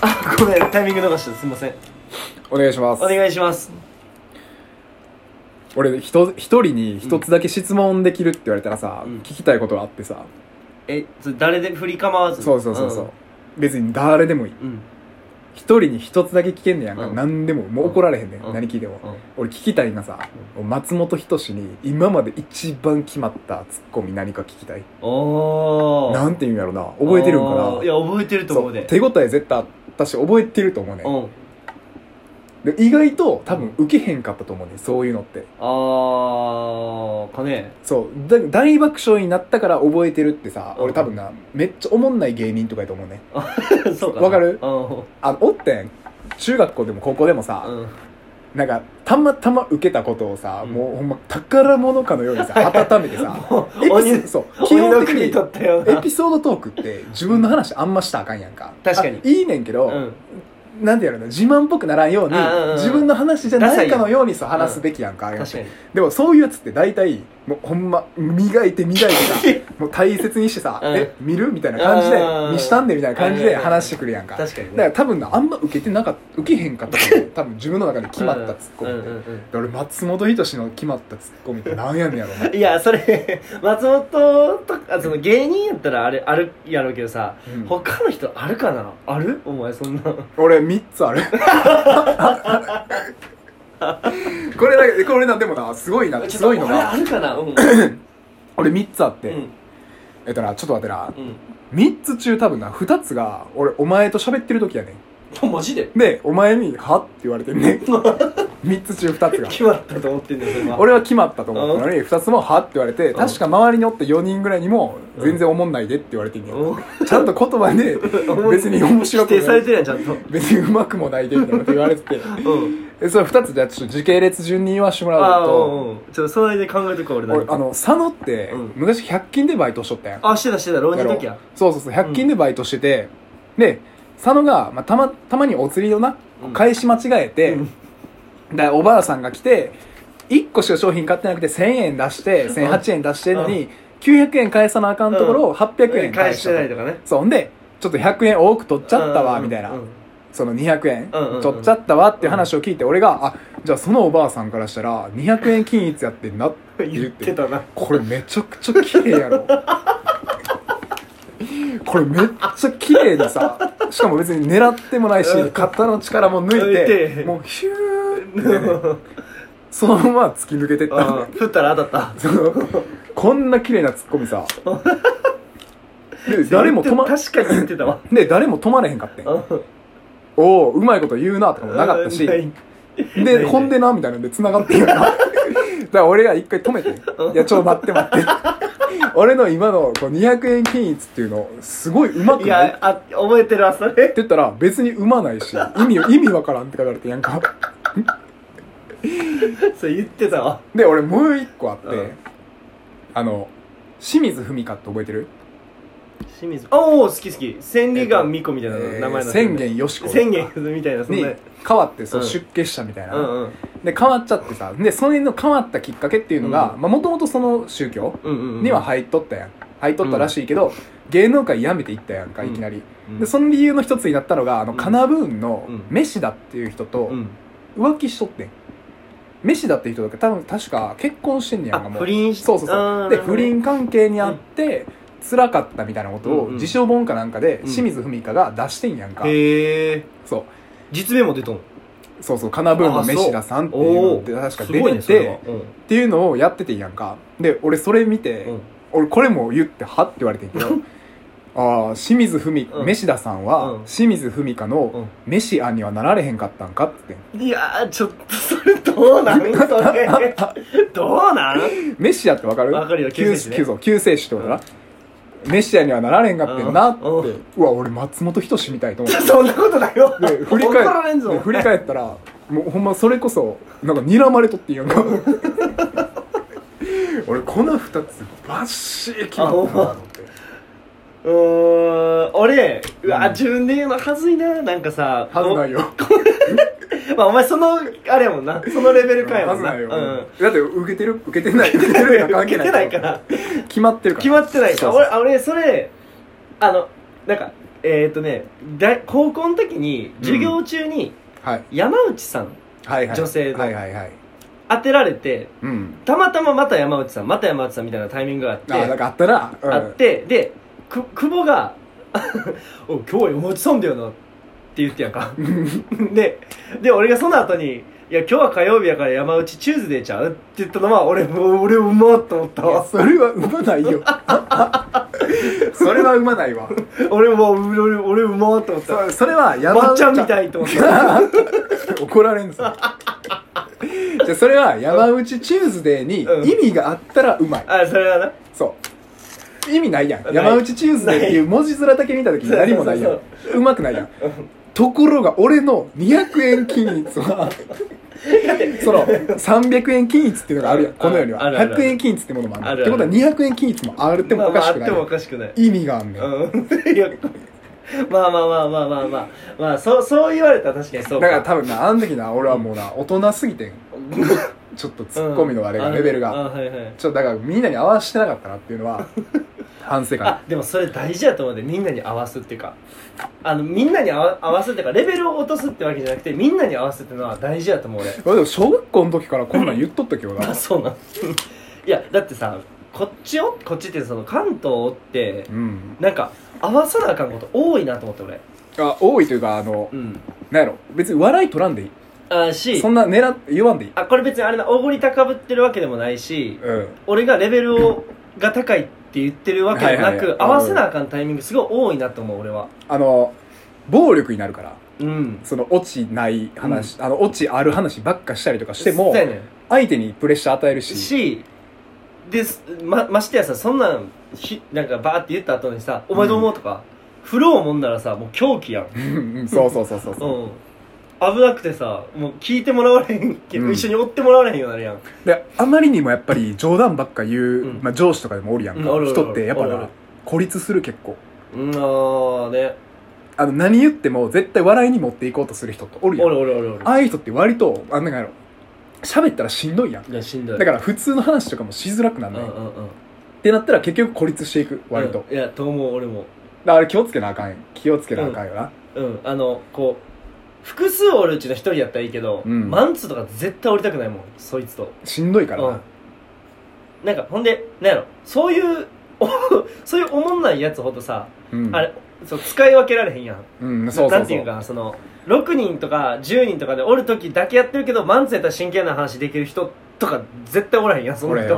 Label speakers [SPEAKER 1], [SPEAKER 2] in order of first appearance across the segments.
[SPEAKER 1] あごめんタイミング逃したすいません
[SPEAKER 2] お願いします
[SPEAKER 1] お願いします
[SPEAKER 2] 俺ひと一人に一つだけ質問できるって言われたらさ、
[SPEAKER 1] うん
[SPEAKER 2] 聞きたいことがあってさ、
[SPEAKER 1] えそれ誰で振り構わず
[SPEAKER 2] そうそうそうそう、別に誰でもいい
[SPEAKER 1] うんうん
[SPEAKER 2] 一人に一つだけ聞けんねやんか、、
[SPEAKER 1] うんん
[SPEAKER 2] 何でももう怒られへんねん、
[SPEAKER 1] うん
[SPEAKER 2] 何聞いても、
[SPEAKER 1] うん
[SPEAKER 2] 俺聞きたいがさ、松本人志に今まで一番決まったツッコミ何か聞きたい
[SPEAKER 1] おー
[SPEAKER 2] なんて言うんやろな覚えてるんか
[SPEAKER 1] おーいや覚えてる
[SPEAKER 2] な
[SPEAKER 1] と思
[SPEAKER 2] そうう
[SPEAKER 1] で
[SPEAKER 2] 手応え絶対あったし覚えてると思うね、
[SPEAKER 1] うん
[SPEAKER 2] で意外と多分受けへんかったと思うねんそういうのって
[SPEAKER 1] あーか ね
[SPEAKER 2] そうだ大爆笑になったから覚えてるってさ
[SPEAKER 1] うん
[SPEAKER 2] 俺多分なめっちゃおもんない芸人とかやと思うねん
[SPEAKER 1] そうか
[SPEAKER 2] わかる
[SPEAKER 1] うん
[SPEAKER 2] あのおってん中学校でも高校でもさ、
[SPEAKER 1] うん
[SPEAKER 2] なんかたまたま受けたことをさ、
[SPEAKER 1] うん
[SPEAKER 2] もうほんま宝物かのよう にさ温めてさエ
[SPEAKER 1] 鬼
[SPEAKER 2] ピソそう基
[SPEAKER 1] 鬼の
[SPEAKER 2] 本的に
[SPEAKER 1] 国取ったよ
[SPEAKER 2] エ
[SPEAKER 1] な
[SPEAKER 2] ピソードトークって自分の話あんましたらあかんやんか
[SPEAKER 1] 確かに
[SPEAKER 2] あいいねんけど、
[SPEAKER 1] うん
[SPEAKER 2] なんてやるの自慢っぽくならんように、
[SPEAKER 1] あうんうんうん
[SPEAKER 2] 自分の話じゃないかのようにそう話すべきやんか、ああいうの
[SPEAKER 1] 確かに
[SPEAKER 2] でもそういうやつって大体もうほんま磨いて磨いてさもう大切にしてさ「
[SPEAKER 1] うん
[SPEAKER 2] え見る?」みたいな感じで
[SPEAKER 1] う
[SPEAKER 2] 「
[SPEAKER 1] ん
[SPEAKER 2] 見したんで」みたいな感じで
[SPEAKER 1] うん
[SPEAKER 2] 話してくるやんかだか
[SPEAKER 1] 確かにね
[SPEAKER 2] ら多分なあんま受けてな かった受けへんかったと思う多分自分の中で決まったツッコミ
[SPEAKER 1] うん
[SPEAKER 2] っ
[SPEAKER 1] うん
[SPEAKER 2] て
[SPEAKER 1] うん
[SPEAKER 2] で俺松本人志の決まったツッコミってなんやねんや ろな
[SPEAKER 1] いや、それ、松本とか、その芸人やったらあれ、あるやろうけどさ、
[SPEAKER 2] うん
[SPEAKER 1] 他の人あるかなあるお前そんな。
[SPEAKER 2] 俺3つある これだけこれなでもなすごいなすごいの
[SPEAKER 1] これあ
[SPEAKER 2] が
[SPEAKER 1] るかなうん。うん。
[SPEAKER 2] 俺3つあって、
[SPEAKER 1] うん。
[SPEAKER 2] えっとなちょっと待ってな
[SPEAKER 1] うん。
[SPEAKER 2] 3つ中多分な2つが俺お前と喋ってる時やねん
[SPEAKER 1] おマジで
[SPEAKER 2] で、お前に、はって言われて んね。三つ中二つが。
[SPEAKER 1] 決まったと思ってんだよ、それは。
[SPEAKER 2] 俺は決まったと思ったのに、二つもはって言われて、
[SPEAKER 1] ん
[SPEAKER 2] 確か周りにおって4人ぐらいにも、
[SPEAKER 1] うん
[SPEAKER 2] 全然おもんないでって言われてんね
[SPEAKER 1] うん
[SPEAKER 2] ん。ちゃんと言葉で、別に面白
[SPEAKER 1] 否
[SPEAKER 2] くも
[SPEAKER 1] 定さ
[SPEAKER 2] な
[SPEAKER 1] れて
[SPEAKER 2] い。
[SPEAKER 1] るやん、ちゃんと。
[SPEAKER 2] 別にうまくもないでみたいなこと言われてて。
[SPEAKER 1] うん。
[SPEAKER 2] え、それ二つじゃあちょっと時系列順に言わしてもら
[SPEAKER 1] あ
[SPEAKER 2] う
[SPEAKER 1] あ、う
[SPEAKER 2] と、
[SPEAKER 1] んうん。ちょっとその間に考えとくわ、俺
[SPEAKER 2] 俺、あ
[SPEAKER 1] 何
[SPEAKER 2] の、佐野って
[SPEAKER 1] うん、
[SPEAKER 2] 昔100均でバイトしとったやん。
[SPEAKER 1] あ、してたしてた、浪人の時や。
[SPEAKER 2] そうそうそう、100均でバイトしてて、で、佐野が、まあ、たま、たまにお釣りをな、
[SPEAKER 1] うん
[SPEAKER 2] 返し間違えて、
[SPEAKER 1] うん
[SPEAKER 2] だおばあさんが来て、1個しか商品買ってなくて1000円出して、1008円出してんのに、900円返さなあかんところを800円返
[SPEAKER 1] 返
[SPEAKER 2] し
[SPEAKER 1] してない
[SPEAKER 2] たと。
[SPEAKER 1] とかね。
[SPEAKER 2] そんで、ちょっと100円多く取っちゃったわ、
[SPEAKER 1] うん
[SPEAKER 2] みたいな
[SPEAKER 1] う。ん
[SPEAKER 2] その200円
[SPEAKER 1] うんうんうん
[SPEAKER 2] 取っちゃったわっていう話を聞いて、俺が、あ、じゃあそのおばあさんからしたら、200円均一やってんなって言
[SPEAKER 1] 言
[SPEAKER 2] っ
[SPEAKER 1] ってて、たな。
[SPEAKER 2] これめちゃくちゃ綺麗やろ。これめっちゃ綺麗でさ、しかも別に狙ってもないし
[SPEAKER 1] う、ん
[SPEAKER 2] 肩の力も抜
[SPEAKER 1] 抜
[SPEAKER 2] い
[SPEAKER 1] い
[SPEAKER 2] て、
[SPEAKER 1] て
[SPEAKER 2] もうヒューってね、
[SPEAKER 1] う
[SPEAKER 2] そのまま突き抜けてった
[SPEAKER 1] ん。振ったら当たった。
[SPEAKER 2] そのこんな綺麗なツッコ ミさで 誰も止ま
[SPEAKER 1] 確かに言ってたわ。
[SPEAKER 2] で誰 も止まれへんかってん
[SPEAKER 1] うん
[SPEAKER 2] おおうまいこと言うなとかもなかったし
[SPEAKER 1] ないない
[SPEAKER 2] でほんでなみたいなんで繋がっ てるからだから俺が一回止めて「いやちょっと待って待って」俺の今のこう200円均一っていうのすごいうまく
[SPEAKER 1] い
[SPEAKER 2] ないって
[SPEAKER 1] や、あ、覚えてるわ、それ。
[SPEAKER 2] 言ったら別にうまないし意味意味わからんって書かれてやんか
[SPEAKER 1] それ言ってたわ。
[SPEAKER 2] で俺もう一個あって、
[SPEAKER 1] うん
[SPEAKER 2] あの清水文香って覚えてる
[SPEAKER 1] 清水。おお、好き好き。千里眼巫女みたいな
[SPEAKER 2] えー
[SPEAKER 1] 名前の。
[SPEAKER 2] 千。言よしこ
[SPEAKER 1] 千言みたいな、そん
[SPEAKER 2] に
[SPEAKER 1] な。
[SPEAKER 2] 変わってそう、
[SPEAKER 1] うん
[SPEAKER 2] 出家したみたいな、
[SPEAKER 1] うんうん。
[SPEAKER 2] で変わっちゃってさでそれの変わったきっかけっていうのが
[SPEAKER 1] う
[SPEAKER 2] もともとその宗教
[SPEAKER 1] うんうんうん。
[SPEAKER 2] には入っとったやん入っとったらしいけど、芸能界辞めていったやんか
[SPEAKER 1] うん
[SPEAKER 2] いきなり、
[SPEAKER 1] うん、
[SPEAKER 2] でその理由の一つになったのがあの
[SPEAKER 1] うん
[SPEAKER 2] カナブーンの
[SPEAKER 1] うん
[SPEAKER 2] メシダっていう人と
[SPEAKER 1] うん。
[SPEAKER 2] 浮気しとってんメシダっていう人だけ多分確か結婚してんねや
[SPEAKER 1] あ、
[SPEAKER 2] んかもう
[SPEAKER 1] 不倫し
[SPEAKER 2] そうそう
[SPEAKER 1] あ
[SPEAKER 2] そう
[SPEAKER 1] ー
[SPEAKER 2] で不倫関係にあって、辛かったみたいなことを
[SPEAKER 1] うんうん
[SPEAKER 2] 自称本かなんかで
[SPEAKER 1] うん
[SPEAKER 2] 清水文香が出してんやんか、
[SPEAKER 1] へえ。
[SPEAKER 2] そう
[SPEAKER 1] 実名も出とん。
[SPEAKER 2] そうそう、カナブーンのメシダさんっていうの
[SPEAKER 1] お
[SPEAKER 2] っ
[SPEAKER 1] お。
[SPEAKER 2] て確か
[SPEAKER 1] す
[SPEAKER 2] 出
[SPEAKER 1] ごい
[SPEAKER 2] て
[SPEAKER 1] ね、そ
[SPEAKER 2] て、
[SPEAKER 1] れは。うん
[SPEAKER 2] っていうのをやっててんやんか。で、俺それ見て、
[SPEAKER 1] うん。
[SPEAKER 2] 俺これも言ってはって言われてんけど、ああ、清水文、
[SPEAKER 1] うん
[SPEAKER 2] メシダさんは、
[SPEAKER 1] うん
[SPEAKER 2] 清水文香のメシアにはなられへんかったんかって言って
[SPEAKER 1] いやー、ちょっと、それどうなんそれ。 どうなん
[SPEAKER 2] ん。メシアってわかる
[SPEAKER 1] わかるよ
[SPEAKER 2] 救
[SPEAKER 1] 救
[SPEAKER 2] 世
[SPEAKER 1] 世主
[SPEAKER 2] 主、ね
[SPEAKER 1] ね、
[SPEAKER 2] そう救世主ってことだな。メシアにはなられへんかったんなって、う
[SPEAKER 1] うんうん
[SPEAKER 2] わ、俺松本人志みたいと思って。
[SPEAKER 1] そんなことだよ。
[SPEAKER 2] で振り
[SPEAKER 1] 怒られ
[SPEAKER 2] 返
[SPEAKER 1] ん
[SPEAKER 2] っ
[SPEAKER 1] ぞ
[SPEAKER 2] で。振り返ったらもうほんまそれこそなんか睨まれとってんやん か俺この2つバッシー決まったなと思って
[SPEAKER 1] うーん、俺、う
[SPEAKER 2] う
[SPEAKER 1] わ、
[SPEAKER 2] ん
[SPEAKER 1] 自分で言うのはずいな。なんかさ、
[SPEAKER 2] はずないよ
[SPEAKER 1] まあお前そのあれやもんなそのレベルかやも
[SPEAKER 2] は
[SPEAKER 1] ん
[SPEAKER 2] ず
[SPEAKER 1] な
[SPEAKER 2] ないよ、
[SPEAKER 1] うん
[SPEAKER 2] だって受けてる受けてない受けてるとか関係
[SPEAKER 1] 受け
[SPEAKER 2] ない
[SPEAKER 1] てないから
[SPEAKER 2] 決まってるから
[SPEAKER 1] 決まってない
[SPEAKER 2] そ
[SPEAKER 1] か
[SPEAKER 2] う
[SPEAKER 1] ら
[SPEAKER 2] そ
[SPEAKER 1] 俺あ
[SPEAKER 2] う
[SPEAKER 1] 俺それあのなんかえっ、ー、とねだ高校の時に授業中に
[SPEAKER 2] はい
[SPEAKER 1] 山内さん
[SPEAKER 2] はいはい
[SPEAKER 1] 女性の
[SPEAKER 2] はいはいはい
[SPEAKER 1] 当てられて
[SPEAKER 2] うん
[SPEAKER 1] たまたままた山内さんまた山内さんみたいなタイミングがあって
[SPEAKER 2] あなんかあったなうん
[SPEAKER 1] あってでく久保が 「お今日は山内さんだよな」って言ってやん かでで俺がその後に「いや今日は火曜日やから山内チューズデーちゃう?」って言ったのは俺も俺うまっと思った
[SPEAKER 2] いや
[SPEAKER 1] わ
[SPEAKER 2] それは生まない よそれは生まないわ
[SPEAKER 1] 俺もう俺俺うまっと思った
[SPEAKER 2] そそれは山
[SPEAKER 1] まっ
[SPEAKER 2] 内
[SPEAKER 1] ちゃんみたいと思った
[SPEAKER 2] 怒られんぞじゃあそれは山内チューズデーに
[SPEAKER 1] うん
[SPEAKER 2] 意味があったらうまい、
[SPEAKER 1] あそれはな
[SPEAKER 2] そう意味ないやん
[SPEAKER 1] ない
[SPEAKER 2] 山内チューズデーっていう文字面だけ見た時に何もないやん
[SPEAKER 1] そうう
[SPEAKER 2] まくないやんところが俺の200円 均一はその300円均一っていうのがあるやんこの世には
[SPEAKER 1] あるあるある
[SPEAKER 2] 100円均一ってものもある
[SPEAKER 1] あるある
[SPEAKER 2] ってことは200円均一もあってもおかしく
[SPEAKER 1] まあまああ
[SPEAKER 2] ない、
[SPEAKER 1] ってもおかしくない
[SPEAKER 2] 意味があんねん、
[SPEAKER 1] うん いやまあまあまあまあまあまあまあそうそう言われたら確かにそう
[SPEAKER 2] だから多分なあの時な俺はもうな大人す ぎてんちょっとツッコミのあれが、レベル
[SPEAKER 1] あ
[SPEAKER 2] が
[SPEAKER 1] はいはい
[SPEAKER 2] ちょっとだからみんなに合わせてなかったなっていうのは反省
[SPEAKER 1] あ
[SPEAKER 2] 会
[SPEAKER 1] でもそれ大事だと思うんでみんなに合わすっていうかあのみんなに合わ合わすっていうかレベルを落とすってわけじゃなくてみんなに合わすっていうのは大事だと思う俺
[SPEAKER 2] 俺でも小学校の時からこんなん言っとったけどな
[SPEAKER 1] あそうなん いやだってさこっちをこっちってその関東って
[SPEAKER 2] うん
[SPEAKER 1] なんか合わさなあかんこと多いなと思って俺
[SPEAKER 2] あ多いというかあの
[SPEAKER 1] うん
[SPEAKER 2] なんやろ別に笑い取らんでい
[SPEAKER 1] あ
[SPEAKER 2] い
[SPEAKER 1] し
[SPEAKER 2] そんな狙っ言わんでいい
[SPEAKER 1] あこれ別にあれなおごり高ぶってるわけでもないし
[SPEAKER 2] うん
[SPEAKER 1] 俺がレベルをが高いって言ってるわけでもな
[SPEAKER 2] はいはいは
[SPEAKER 1] く
[SPEAKER 2] い
[SPEAKER 1] 合わせなあかんタイミングすごい多いなと思う俺は
[SPEAKER 2] あの暴力になるから
[SPEAKER 1] うん
[SPEAKER 2] そのオチない話、あのオチある話ばっかしたりとかしても
[SPEAKER 1] そうやねん
[SPEAKER 2] 相手にプレッシャー与えるし
[SPEAKER 1] しですまましてやさそんなんひなんかバーって言った後にさ「お前どう思う?」とか、フローもんならさもう狂気やんう
[SPEAKER 2] うんうんそうそうそうそうそう、
[SPEAKER 1] ん危なくてさもう聞いてもらわれへんけど、
[SPEAKER 2] うん
[SPEAKER 1] 一緒に追ってもらわれへんようになるやん
[SPEAKER 2] であまりにもやっぱり冗談ばっか言う、
[SPEAKER 1] うん
[SPEAKER 2] まあ、上司とかでもおるやんか、
[SPEAKER 1] うんおるおるおる
[SPEAKER 2] 人ってやっぱ
[SPEAKER 1] おるおる
[SPEAKER 2] な孤立する結構
[SPEAKER 1] うんあーね
[SPEAKER 2] あの何言っても絶対笑いに持っていこうとする人っておるや
[SPEAKER 1] お
[SPEAKER 2] ん
[SPEAKER 1] るおるおるおる
[SPEAKER 2] ああいう人って割とあなんかやろ喋ったらしんどいやん
[SPEAKER 1] いやしんどい
[SPEAKER 2] だから普通の話とかもしづらくな
[SPEAKER 1] うんん
[SPEAKER 2] な
[SPEAKER 1] う
[SPEAKER 2] い、っ
[SPEAKER 1] んうん
[SPEAKER 2] てなったら結局孤立していく割と、
[SPEAKER 1] うんいやと思う俺も
[SPEAKER 2] だからあれ気をつけなあかんよ気をつけなあかんよな、
[SPEAKER 1] うんあのこう複数おるうちの一人やったらいいけど、
[SPEAKER 2] うん
[SPEAKER 1] マンツーとか絶対降りたくないもんそいつと
[SPEAKER 2] しんどいからな、
[SPEAKER 1] うんなんかほんでなんやろそういうお そういうおもんないやつほどさ、
[SPEAKER 2] うん
[SPEAKER 1] あれそう使い分けられへんやん
[SPEAKER 2] うんそうそ
[SPEAKER 1] な
[SPEAKER 2] うん
[SPEAKER 1] て
[SPEAKER 2] そ
[SPEAKER 1] いう
[SPEAKER 2] う
[SPEAKER 1] かその6人とか10人とかでおる時だけやってるけどマンツーやったら真剣な話できる人とか絶対おらへんやんその
[SPEAKER 2] 俺
[SPEAKER 1] 人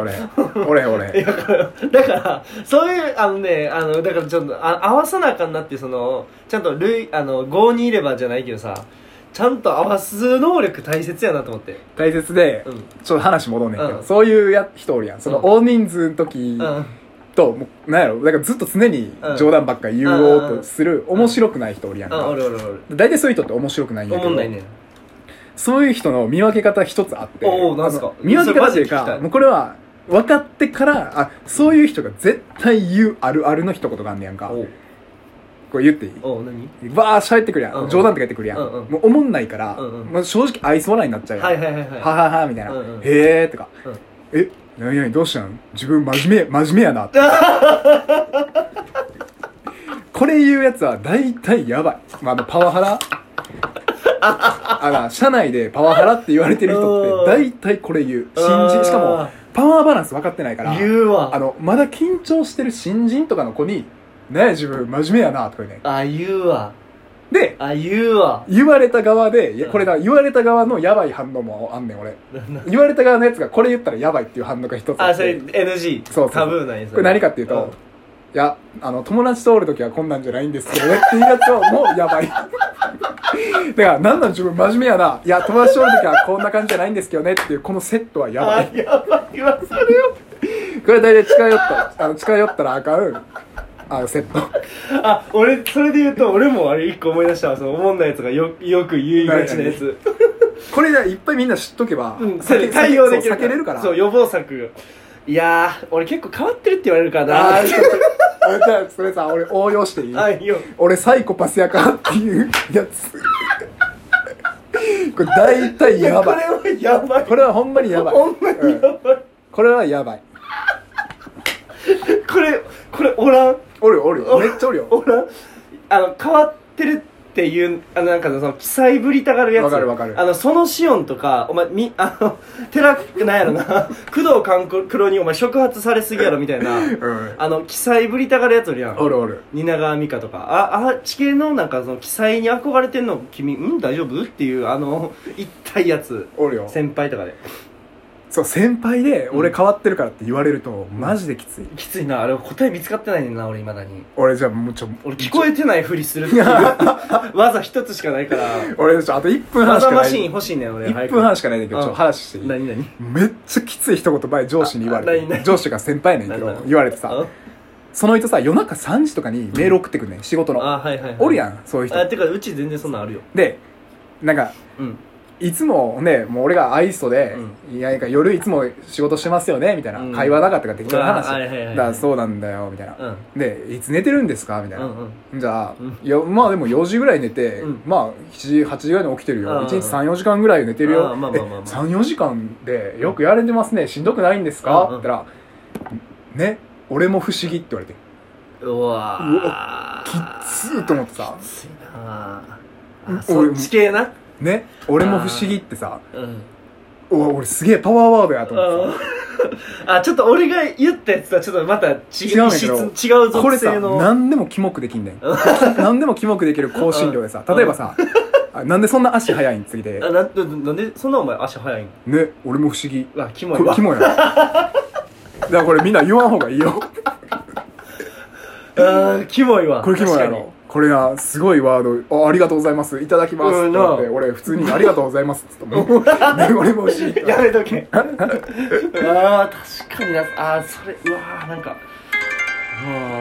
[SPEAKER 2] 俺俺俺
[SPEAKER 1] だからだからそういうあのねあのだからちょっとあ合わさなあかんなっていうそのちゃんと類あの5にいればじゃないけどさちゃんと合わす能力大切やなと思って
[SPEAKER 2] 大切で
[SPEAKER 1] うん
[SPEAKER 2] ちょっと話戻んねんけど、
[SPEAKER 1] うん
[SPEAKER 2] そういうや人おるやんその
[SPEAKER 1] うん
[SPEAKER 2] 大人数の時
[SPEAKER 1] うん
[SPEAKER 2] と、もうなんやろだからずっと常に冗談ばっか言おうとす
[SPEAKER 1] ん
[SPEAKER 2] る面白くない人おるやん
[SPEAKER 1] あ
[SPEAKER 2] か、
[SPEAKER 1] おるおるおる
[SPEAKER 2] 大体そういう人って面白くないん
[SPEAKER 1] お
[SPEAKER 2] やけ
[SPEAKER 1] も
[SPEAKER 2] ど
[SPEAKER 1] んないね
[SPEAKER 2] そういう人の見分け方一つあって。
[SPEAKER 1] おうなんすか
[SPEAKER 2] あの見分け方という
[SPEAKER 1] それマジで聞きた
[SPEAKER 2] か
[SPEAKER 1] い、
[SPEAKER 2] もうこれは、分かってから、あ、そういう人が絶対言うあるあるの一言があんねやんか。
[SPEAKER 1] おう
[SPEAKER 2] これ言っていい
[SPEAKER 1] おう何
[SPEAKER 2] わー喋ってくるや
[SPEAKER 1] うん
[SPEAKER 2] ん。冗談とか言ってくるやん。
[SPEAKER 1] うんうん
[SPEAKER 2] もう思んないから、
[SPEAKER 1] うんうん
[SPEAKER 2] もう正直愛想笑いになっちゃうやん。
[SPEAKER 1] はい
[SPEAKER 2] は
[SPEAKER 1] はいはいはい
[SPEAKER 2] ははみたいな。
[SPEAKER 1] うんうん
[SPEAKER 2] へーとか。
[SPEAKER 1] うん
[SPEAKER 2] え、なになにどうしたん自分真面目、真面目やなって。これ言うやつは大体やばい。まあ、あの、パワハラあら、社内でパワハラって言われてる人って大体これ言う。新
[SPEAKER 1] あー
[SPEAKER 2] 人。しかも、パワーバランス分かってないから、
[SPEAKER 1] 言うわ
[SPEAKER 2] あの、まだ緊張してる新人とかの子に、ねえ、自分真面目やな、とか言うね。
[SPEAKER 1] あ言うわ
[SPEAKER 2] で、
[SPEAKER 1] あ言うわ
[SPEAKER 2] 言われた側で、いや
[SPEAKER 1] うん
[SPEAKER 2] これだ、言われた側のやばい反応もあんねん、俺。言われた側のやつがこれ言ったらやばいっていう反応が一つ
[SPEAKER 1] あ
[SPEAKER 2] っ
[SPEAKER 1] それ
[SPEAKER 2] て。
[SPEAKER 1] NG
[SPEAKER 2] そうそう
[SPEAKER 1] タブーなんやそれ
[SPEAKER 2] これ何かっていうと、いや、あの、友達とおるときはこんなんじゃないんですけどねっていうやつはもうやばい。だ から、なんなん自分真面目やな。いや、友達とおるときはこんな感じじゃないんですけどねっていう、このセットはやば
[SPEAKER 1] あ
[SPEAKER 2] い。
[SPEAKER 1] やばいわそれを
[SPEAKER 2] これ大体近寄った、あの、近寄ったらあかん、あの、セット。
[SPEAKER 1] あ俺それで言うと俺もあれ一個思い出したわそのおもんないやつがよよく言いがちなやつ
[SPEAKER 2] これでいっぱいみんな知っとけば、
[SPEAKER 1] うんそ
[SPEAKER 2] 避
[SPEAKER 1] れ
[SPEAKER 2] け
[SPEAKER 1] 対応できる
[SPEAKER 2] そう避けれるから。
[SPEAKER 1] そう予防策いやー俺結構変わってるって言われるからな
[SPEAKER 2] あーちょっとあじゃあそれさ俺応用していい
[SPEAKER 1] あいいよ
[SPEAKER 2] 俺サイコパスやからっていうやつ これ大体やばい
[SPEAKER 1] これはやばい
[SPEAKER 2] これはほんまにやばい
[SPEAKER 1] ほんまにやばい
[SPEAKER 2] これはやばい
[SPEAKER 1] これこれおらん
[SPEAKER 2] おるよおるよめっちゃおるよ
[SPEAKER 1] ほらあの変わってるっていうあのなんかその記載ぶりたがるやつ
[SPEAKER 2] わかるわかる
[SPEAKER 1] あのそのシオンとかお前みあの寺なんやろな 工藤官九郎にお前触発されすぎやろみたいな
[SPEAKER 2] うん
[SPEAKER 1] あの記載ぶりたがるやつおるやん
[SPEAKER 2] おるおる
[SPEAKER 1] 蜷川美香とかああ地形のなんかその記載に憧れてんの君うん大丈夫っていうあの一体やつ
[SPEAKER 2] おるよ
[SPEAKER 1] 先輩とかで
[SPEAKER 2] そう先輩で俺変わってるからって言われると、マジできつい
[SPEAKER 1] きついなあれ答え見つかってないねんな俺いまだに
[SPEAKER 2] 俺じゃあもうちょ
[SPEAKER 1] 俺聞こえてないふりするって いう技一つしかないから
[SPEAKER 2] 俺ちょあと1分半し
[SPEAKER 1] 技
[SPEAKER 2] か
[SPEAKER 1] マ
[SPEAKER 2] な
[SPEAKER 1] シーン
[SPEAKER 2] い
[SPEAKER 1] 欲しいねん俺
[SPEAKER 2] 1分半
[SPEAKER 1] し
[SPEAKER 2] しかないんだけどちょっ
[SPEAKER 1] うん
[SPEAKER 2] と話していい
[SPEAKER 1] 何何
[SPEAKER 2] めっちゃきつい一言前上司に言わ
[SPEAKER 1] あ
[SPEAKER 2] れ
[SPEAKER 1] 何何
[SPEAKER 2] て上司が先輩やねんけ
[SPEAKER 1] 何
[SPEAKER 2] ど
[SPEAKER 1] 何
[SPEAKER 2] 言われて
[SPEAKER 1] あ
[SPEAKER 2] さその人さ夜中3時とかにメール送ってくんねん仕事の
[SPEAKER 1] あはいはい、はい、
[SPEAKER 2] おるやんそういう
[SPEAKER 1] あ
[SPEAKER 2] 人
[SPEAKER 1] てかうち全然そんなんあるよ
[SPEAKER 2] でなんか
[SPEAKER 1] うん
[SPEAKER 2] いつもねもう俺が愛想で「いやなんか夜いつも仕事してますよね」みたい
[SPEAKER 1] うん
[SPEAKER 2] な会話なかったから適当な
[SPEAKER 1] あは
[SPEAKER 2] 話
[SPEAKER 1] いはいはいは
[SPEAKER 2] だ
[SPEAKER 1] い
[SPEAKER 2] からそうなんだよみたいな
[SPEAKER 1] うん
[SPEAKER 2] で「いつ寝てるんですか?」みたいうなん
[SPEAKER 1] うん
[SPEAKER 2] じゃあ
[SPEAKER 1] うん
[SPEAKER 2] いやまあでも4時ぐらい寝て
[SPEAKER 1] うん
[SPEAKER 2] まあ7時8時ぐらいに起きてる
[SPEAKER 1] あ
[SPEAKER 2] よ
[SPEAKER 1] ー
[SPEAKER 2] 1日34時間ぐらい寝てる
[SPEAKER 1] あー
[SPEAKER 2] よ
[SPEAKER 1] まあまあまあまあ
[SPEAKER 2] 34時間でよくやれてますねしんどくないんですか?」
[SPEAKER 1] うんうん
[SPEAKER 2] って言ったら「ね俺も不思議」って言われて
[SPEAKER 1] うわー
[SPEAKER 2] うきっつーと思ってさ
[SPEAKER 1] きついなー
[SPEAKER 2] うん
[SPEAKER 1] あそ
[SPEAKER 2] 俺
[SPEAKER 1] っ
[SPEAKER 2] も
[SPEAKER 1] ち系な
[SPEAKER 2] 「ね俺も不思議」ってさ
[SPEAKER 1] うん
[SPEAKER 2] うわ俺すげえパワーワードやと思ってさ
[SPEAKER 1] ああちょっと俺が言ったやつとはちょっとまた違う
[SPEAKER 2] 違うんやけど
[SPEAKER 1] 質違う
[SPEAKER 2] これ
[SPEAKER 1] 属
[SPEAKER 2] さ
[SPEAKER 1] 性の
[SPEAKER 2] 何でもキモくできんね ん何でもキモくできる香辛料でさ例えばさ「あなんでそんな足早いん?」次で
[SPEAKER 1] あなななんでそんなお前足早いん
[SPEAKER 2] 「ね俺も不思議」
[SPEAKER 1] うわキモい
[SPEAKER 2] これ
[SPEAKER 1] わ
[SPEAKER 2] キモやんだからこれみんな言わん方がいいよ
[SPEAKER 1] あーキモいわ
[SPEAKER 2] これキモいや
[SPEAKER 1] 確かに
[SPEAKER 2] ろこれがすごいワードあありがとうございますいただきます
[SPEAKER 1] うん
[SPEAKER 2] ってなって俺普通にありがとうございますって言ったもん ね俺も欲しいって
[SPEAKER 1] やめとけ ああ確かになあーそれうわーなんかあ